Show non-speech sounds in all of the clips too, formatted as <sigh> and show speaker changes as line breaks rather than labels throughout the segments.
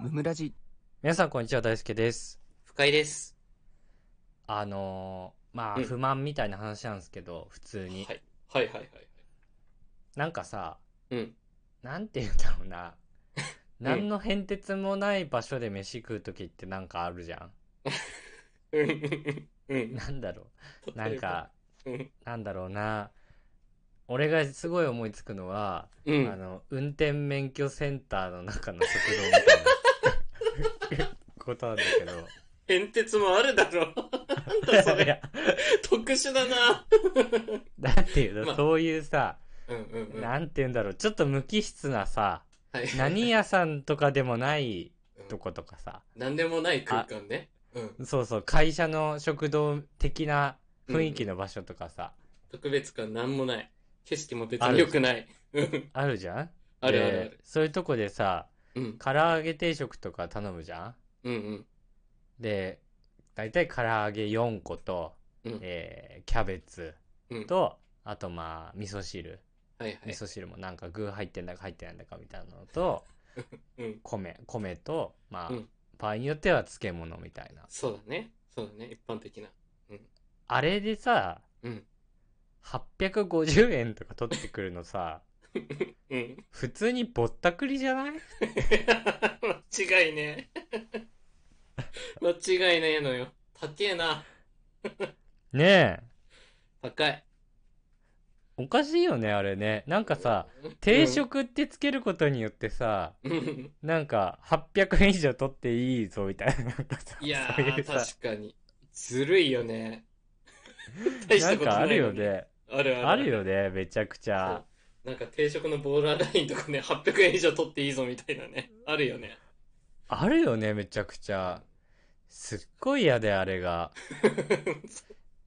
ムムラジ
皆さんこんにちは大輔です
不快です。
あのーまあ
うん
不満みたいな話なんですけど普通に、
はい。はいはいはい。
なんかさ
うん。
なんて言うんだろう
<laughs>
な何の変哲もない場所で飯食う時ってなんかあるじゃ
うんうんうんうん
んなんだろ
例え
う <laughs> なん
ば
か
うん
なんだろうな俺がすごい思いつくのは、
う
あ
ん。
の運転免許センターの中の食堂みたいなことなんだけど
変哲もあるだろ。 <laughs> なんだ <laughs> そ
い
れ。
や
特殊だな。
<laughs> なんていうの、
まあ
そういうさ
うんうんうん。
なんて言うんだろうちょっと無機質なさ
はい
何屋さんとかでもないと
うん
ことかさ
何でもない空間ね。うん。
そうそう会社の食堂的な雰囲気の場所とかさ、
特別感なんもない。景色も別
あ
に
る
良くない。うん
あるじゃん
あるあるあ
で
る。
そういうとこでさ
うん。
唐揚げ定食とか頼むじゃん
うんうん。
で大体唐揚げ4個と、
うん
えーキャベツ
うん
と、あとまあ味噌汁
はいは
味
い。
噌汁もなんか具入ってんだか入ってないんだかみたいなのと
<laughs> うん。
米米とまあ、
うん
場合によっては漬物みたいな
そうだね。そうだね。一般的な。
あれでさ
うん。
850円とか取ってくるのさ <laughs>
うん。 <laughs>
普通にぼったくりじゃない
間違
<laughs>
いね。間違いねえのよ。高えな。
ねえ
高い。
おかしいよねあれねなんかさ定食ってつけることによってさ、
うん
なんか800円以上取っていいぞみたいななんかさ
いや
そういう
ー、
さ
確かに。ずるい
<laughs>
よね。大し
な
た
ん
こと
かあ
な
る
いの
よ
に。
ね
あるある。
あるよねめちゃくちゃ
そう。なんか定食のボーダーラインとかね、800円以上取っていいぞみたいなね。あるよね。
あるよねめちゃくちゃすっごい嫌であれが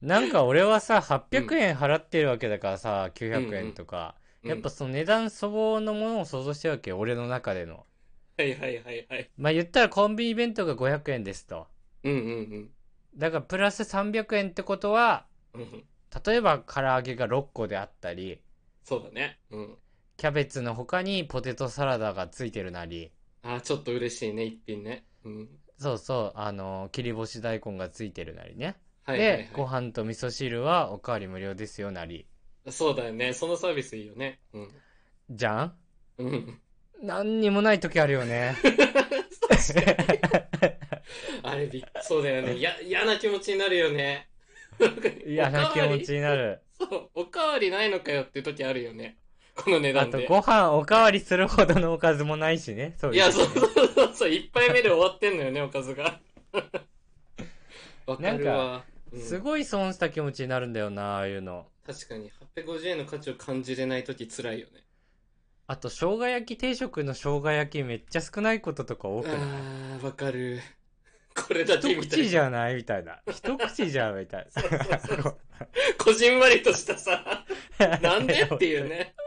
なんか俺はさ800円払ってるわけだからさ、900円とか、やっぱ
<laughs> うん
その値段相応のものを想像してるわけよ俺の中での
はいはいはいはい。
まあ言ったらコンビニ弁当が500円ですと
うんうん
だからプラス300円ってことは
うんうん。
例えば唐揚げが6個であったり
そうだね。うん。
キャベツの他にポテトサラダがついてるなり
あー、ちょっと嬉しいね、一品ね。うん。
そうそうあの切り干し大根がついてるなりね、
はいはい
でご飯と味噌汁はおかわり無料ですよなり
はい。そうだよね。そのサービスいいよね。うん。
じゃん
うん。
何にもない時あるよ
<laughs>
ね <laughs>
あれびっ、そうだ
<laughs>
よね。や、嫌な気持ちになるよね。
嫌な気持ちになる
そう、おかわりないのかよっていう時あるよね。この値
あ
段
と
で。
ご飯おかわりするほどのおかずもないしねそう
い
いう
や、
時ね
そうそうそうそう、一杯目で終わってんのよね、おか
<laughs>
ずが。わかるわ。うん
すごい損した気持ちになるんだよなああいうの
確かに、850円の価値を感じれない時辛いよね。
あと生姜焼き定食の生姜焼きめっちゃ少ないこととか多くない
あー、わかる。これだけ
一
みたい
口
な。
じゃないみたい
<laughs>
な一口じゃんみたいな
こじんまりとしたさ、なんでっていうね。
<laughs>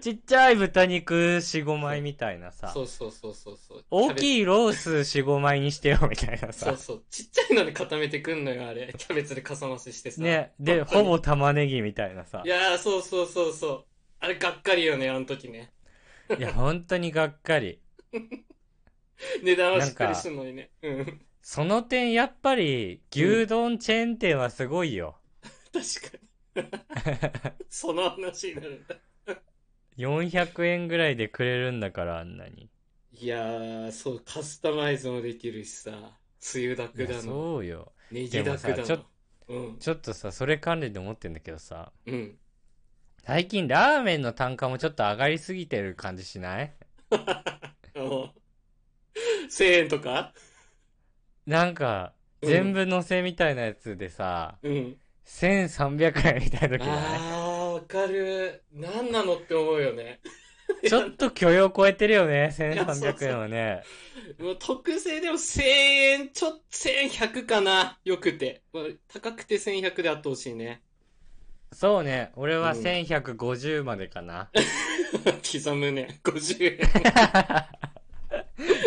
ちっちゃい豚肉45枚みたいなさ
そうそうそうそうそう。
大
い
きいロース45枚にしてよみたいな
そ
さ
うそう。ちっちゃいので固めてくんのよ、あれ。キャベツでかさ増ししてさ。
ねでほぼ玉ねぎみたいなさ
いやー、そうそうそうそう。あれ、がっかりよね、あの時ね。
いや本当にがっかり
値段はしっかりするのにね。うん。 <laughs> 確
その点やっぱり牛丼チェーン店はすごいよ、
かに。その話になるんだ。
400円ぐらいでくれるんだからあんなに
いやー、そう、カスタマイズもできるしさ。つゆだ
い
く
や
だの、
そうよ
ネギだく
で
だ
もさちょ
の。うん。
ちょっとさそれ関連で思ってんだけどさ
うん。
最近ラーメンの単価もちょっと上がりすぎてる感じしない
あの、1000円とか
なんか
うん
全部乗せみたいなやつでさ、
うん。
1300円みたいな時な
あー、わかる。何なのって思うよね。
い <laughs> ちょっと許容超えてるよね
やそうそう
1300円はね
もう特製でも1000円、ちょっと1100かな。よくて。まあ高くて1100であってほしいね。 <laughs>
そうね俺は
うん
1150までか
<laughs>
な、
刻むね。50円。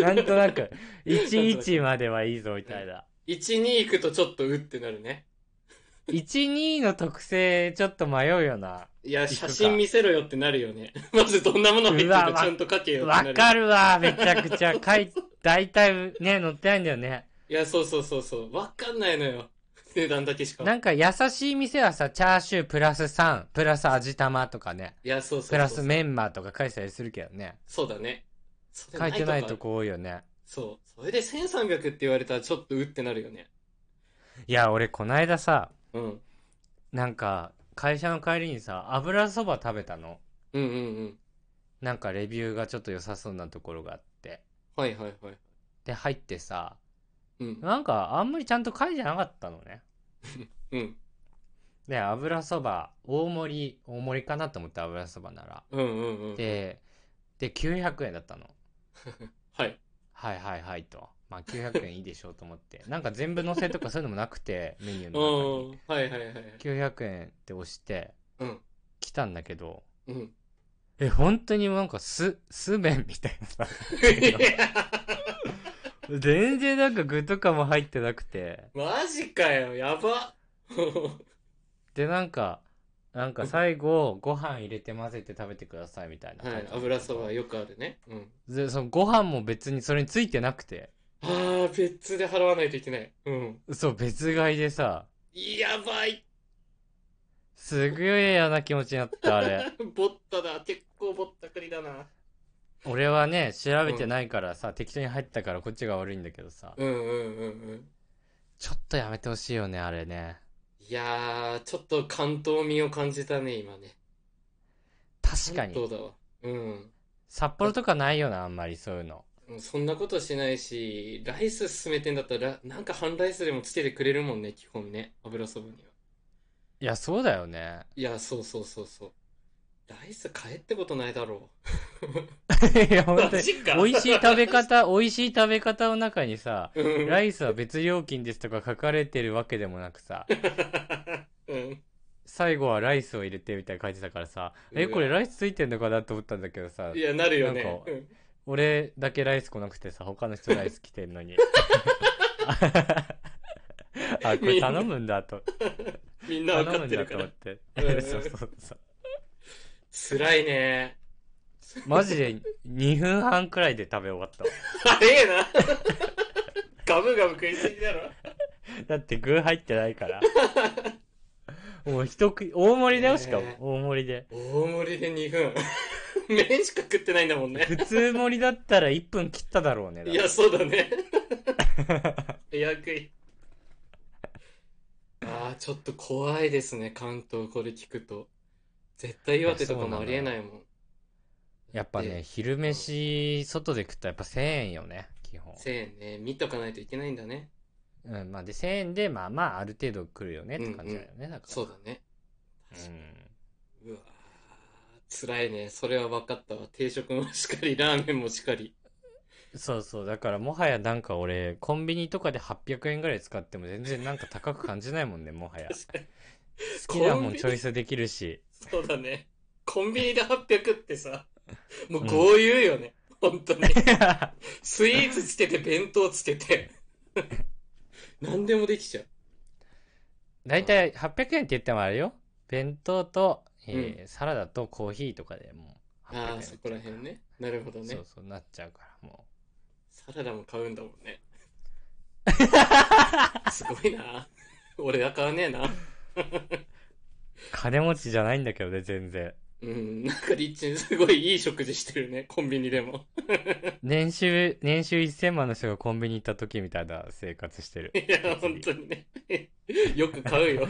なんとなく11まではいいぞみたいな
1、2行くとちょっとうってなるね。
12の特性ちょっと迷うよな
いや、
行くか
写真見せろよってなるよね。 <laughs> まずどんなもの入ってる
うわ
か
わ
ちゃんと書けよってな
わ
る。
かるわ、めちゃくちゃ。かい、大体ね、載ってないんだよね。
いや、そうそうそうそう。わかんないのよ。 <laughs> 値段だけしか。
なんか優しい店はさ、チャーシュープラス3、プラス味玉とかね、
いや、そうそうそうそう。
プラスメンマとか書いてたりするけどね。
そうだね。それ
書いてないと
こ。
こ多いよね。
そう。それで1300って言われたらちょっとうってなるよね。
いや、俺こないださ、
うん。うん
なんか、会社の帰りにさ、油そば食べたの。
うんうん。
なんかレビューがちょっと良さそうなところがあって。
はいはいはい。
で、入ってさ、
うん。
なんかあんまりちゃんと書いてなかったのね。
うん。
で、油そば、大盛り、大盛りかなと思って油そばなら。
うんうんうん。
で、で、900円だったの。
はい。
はいはいはいと。まあ900円いいでしょうと思
<laughs>
って。なんか全部乗せとかそういうのもなくて、メニュー
う
の中
ん
に。。
はいはいはいはい。
900円って押して、
うん。
来たんだけど、
うん。
え、本当にもうなんかす、す麺みたい
<laughs>
なさ。全然なんか具とかも入ってなくて。
マジかよ。やば。 <laughs>
で、なんか、なんか最後、ご飯入れて混ぜて食べてくださいみたいな書
は
て
い
あ
い
っ。た。
油そばよくあるね。うん。
で、そのご飯も別にそれについてなくて。
ああ、別で払わないといけない。うん。
そう、別買いでさ、
やばい。
すげえ嫌な気持ちになった、あれ。
ぼっただ。結構ぼったくりだな。
俺はね、調べてないからさ、適当に入ったからこっちが悪いんだけどさ、
うんうんうんうん。
ちょっとやめてほしいよね、あれね。
いやー、ちょっと関東味を感じたね、今ね。
確か
関
に。
東だわ。うん。
札幌とかないよな、あんまりそういうの。
うんそんなことしないし、ライス進めてんだったら、なんか半ライスでもつけてくれるもんね、基本ね。油そばには。
いや、そうだよね。
いや、そうそうそうそう。ライス買えってことないだろ
<laughs> いや、
う。
本当に。
か
美味しい食べ方、美味しい食べ方の中にさ、
うん。
ライスは別料金ですとか書かれてるわけでもなく <laughs> さ、
うん。
最後はライスを入れてみたいな書いてたからさ、え、
うわ
これライスついてんのかなと思ったんだけどさ
い、や、なるよね。
なんか
うん
俺だけライス来なくてさ、他の人ライス来てんの
<laughs>
に。あ、これ頼むんだと。
みんな
頼む
分かっ
ん
て
だ
るか
と思っ
ら。
て <laughs>
う。ん
そうそうそう。
辛いね。
マジで2分半くらいで食べ終わったわ。
早えな。ガブガブ食いすぎだろ。
だって具入ってないから。もう一食い、大盛りだよ、しかも
ねえ。
大盛りで。
大盛りで2分。麺しか食ってないんだもんね。
普通盛りだったら1分切っただろうね。だ
い
から
や、そうだ <laughs> ね。早食い。ああ、ちょっと怖いですね、関東これ聞くと。絶対岩手とかもありえないもん。
やっぱ
で
ね、昼飯、外で食ったらやっぱ1000円よね、基本。
1000円ね、見とかないといけないんだね。
うん、まあで、1000円で、まあまあ、ある程度来るよねって感じだよね、だから。
そうだね。
うん。
うわー辛いね。それは分かったわ。定食もしっかり、ラーメンもしっかり。
そうそう、だからもはやなんか俺、コンビニとかで800円ぐらい使っても全然なんか高く感じないもんね、も
<laughs>
はや。好きなもんチョイスできるし。
そうだね。コンビニで800ってさ、もう豪遊よね。本当に。 <laughs> スイーツつけて、弁当つけて。何でもできちゃう。
だいたい800円って言ってもあれよ。弁当と、えーサラダとコーヒーとかでもう800円
ああ、そこら辺ね。なるほどね
そう。そう、なっちゃうから、も
サラダも買うんだもんね。すごいな。俺は買わねえな。
う。金持ちじゃないんだけどね、全然。
うん、なんかリッチンすごいいい食事してるね。コンビニでも。
年収、年収1000万の人がコンビニ行った時みたいな生活してる。
いや、本当にね。よく買
<laughs>
うよ。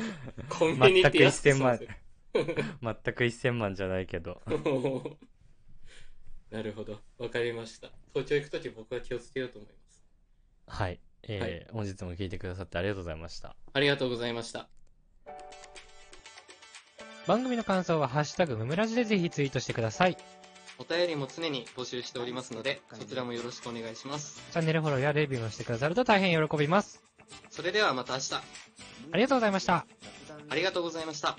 コンビ
全
ニっ
く
て安く
1000
済ま
万
せる。
全く1000万じゃないけど。
<laughs> なるほど。わかりました。東京行くとき僕は気をつけようと思います。
はい。えー本日も聞いてくださってありがとうございました。
ありがとうございました。
番組の感想は、ハッシュタグ、ムムラジでぜひツイートしてください。チ
お便りも常に募集しておりますので、そちらもよろしくお願いします。
ャンネルフォローやレビューもしてくださると大変喜びます。
それではまた明日、
ありがとうございました。
ありがとうございました。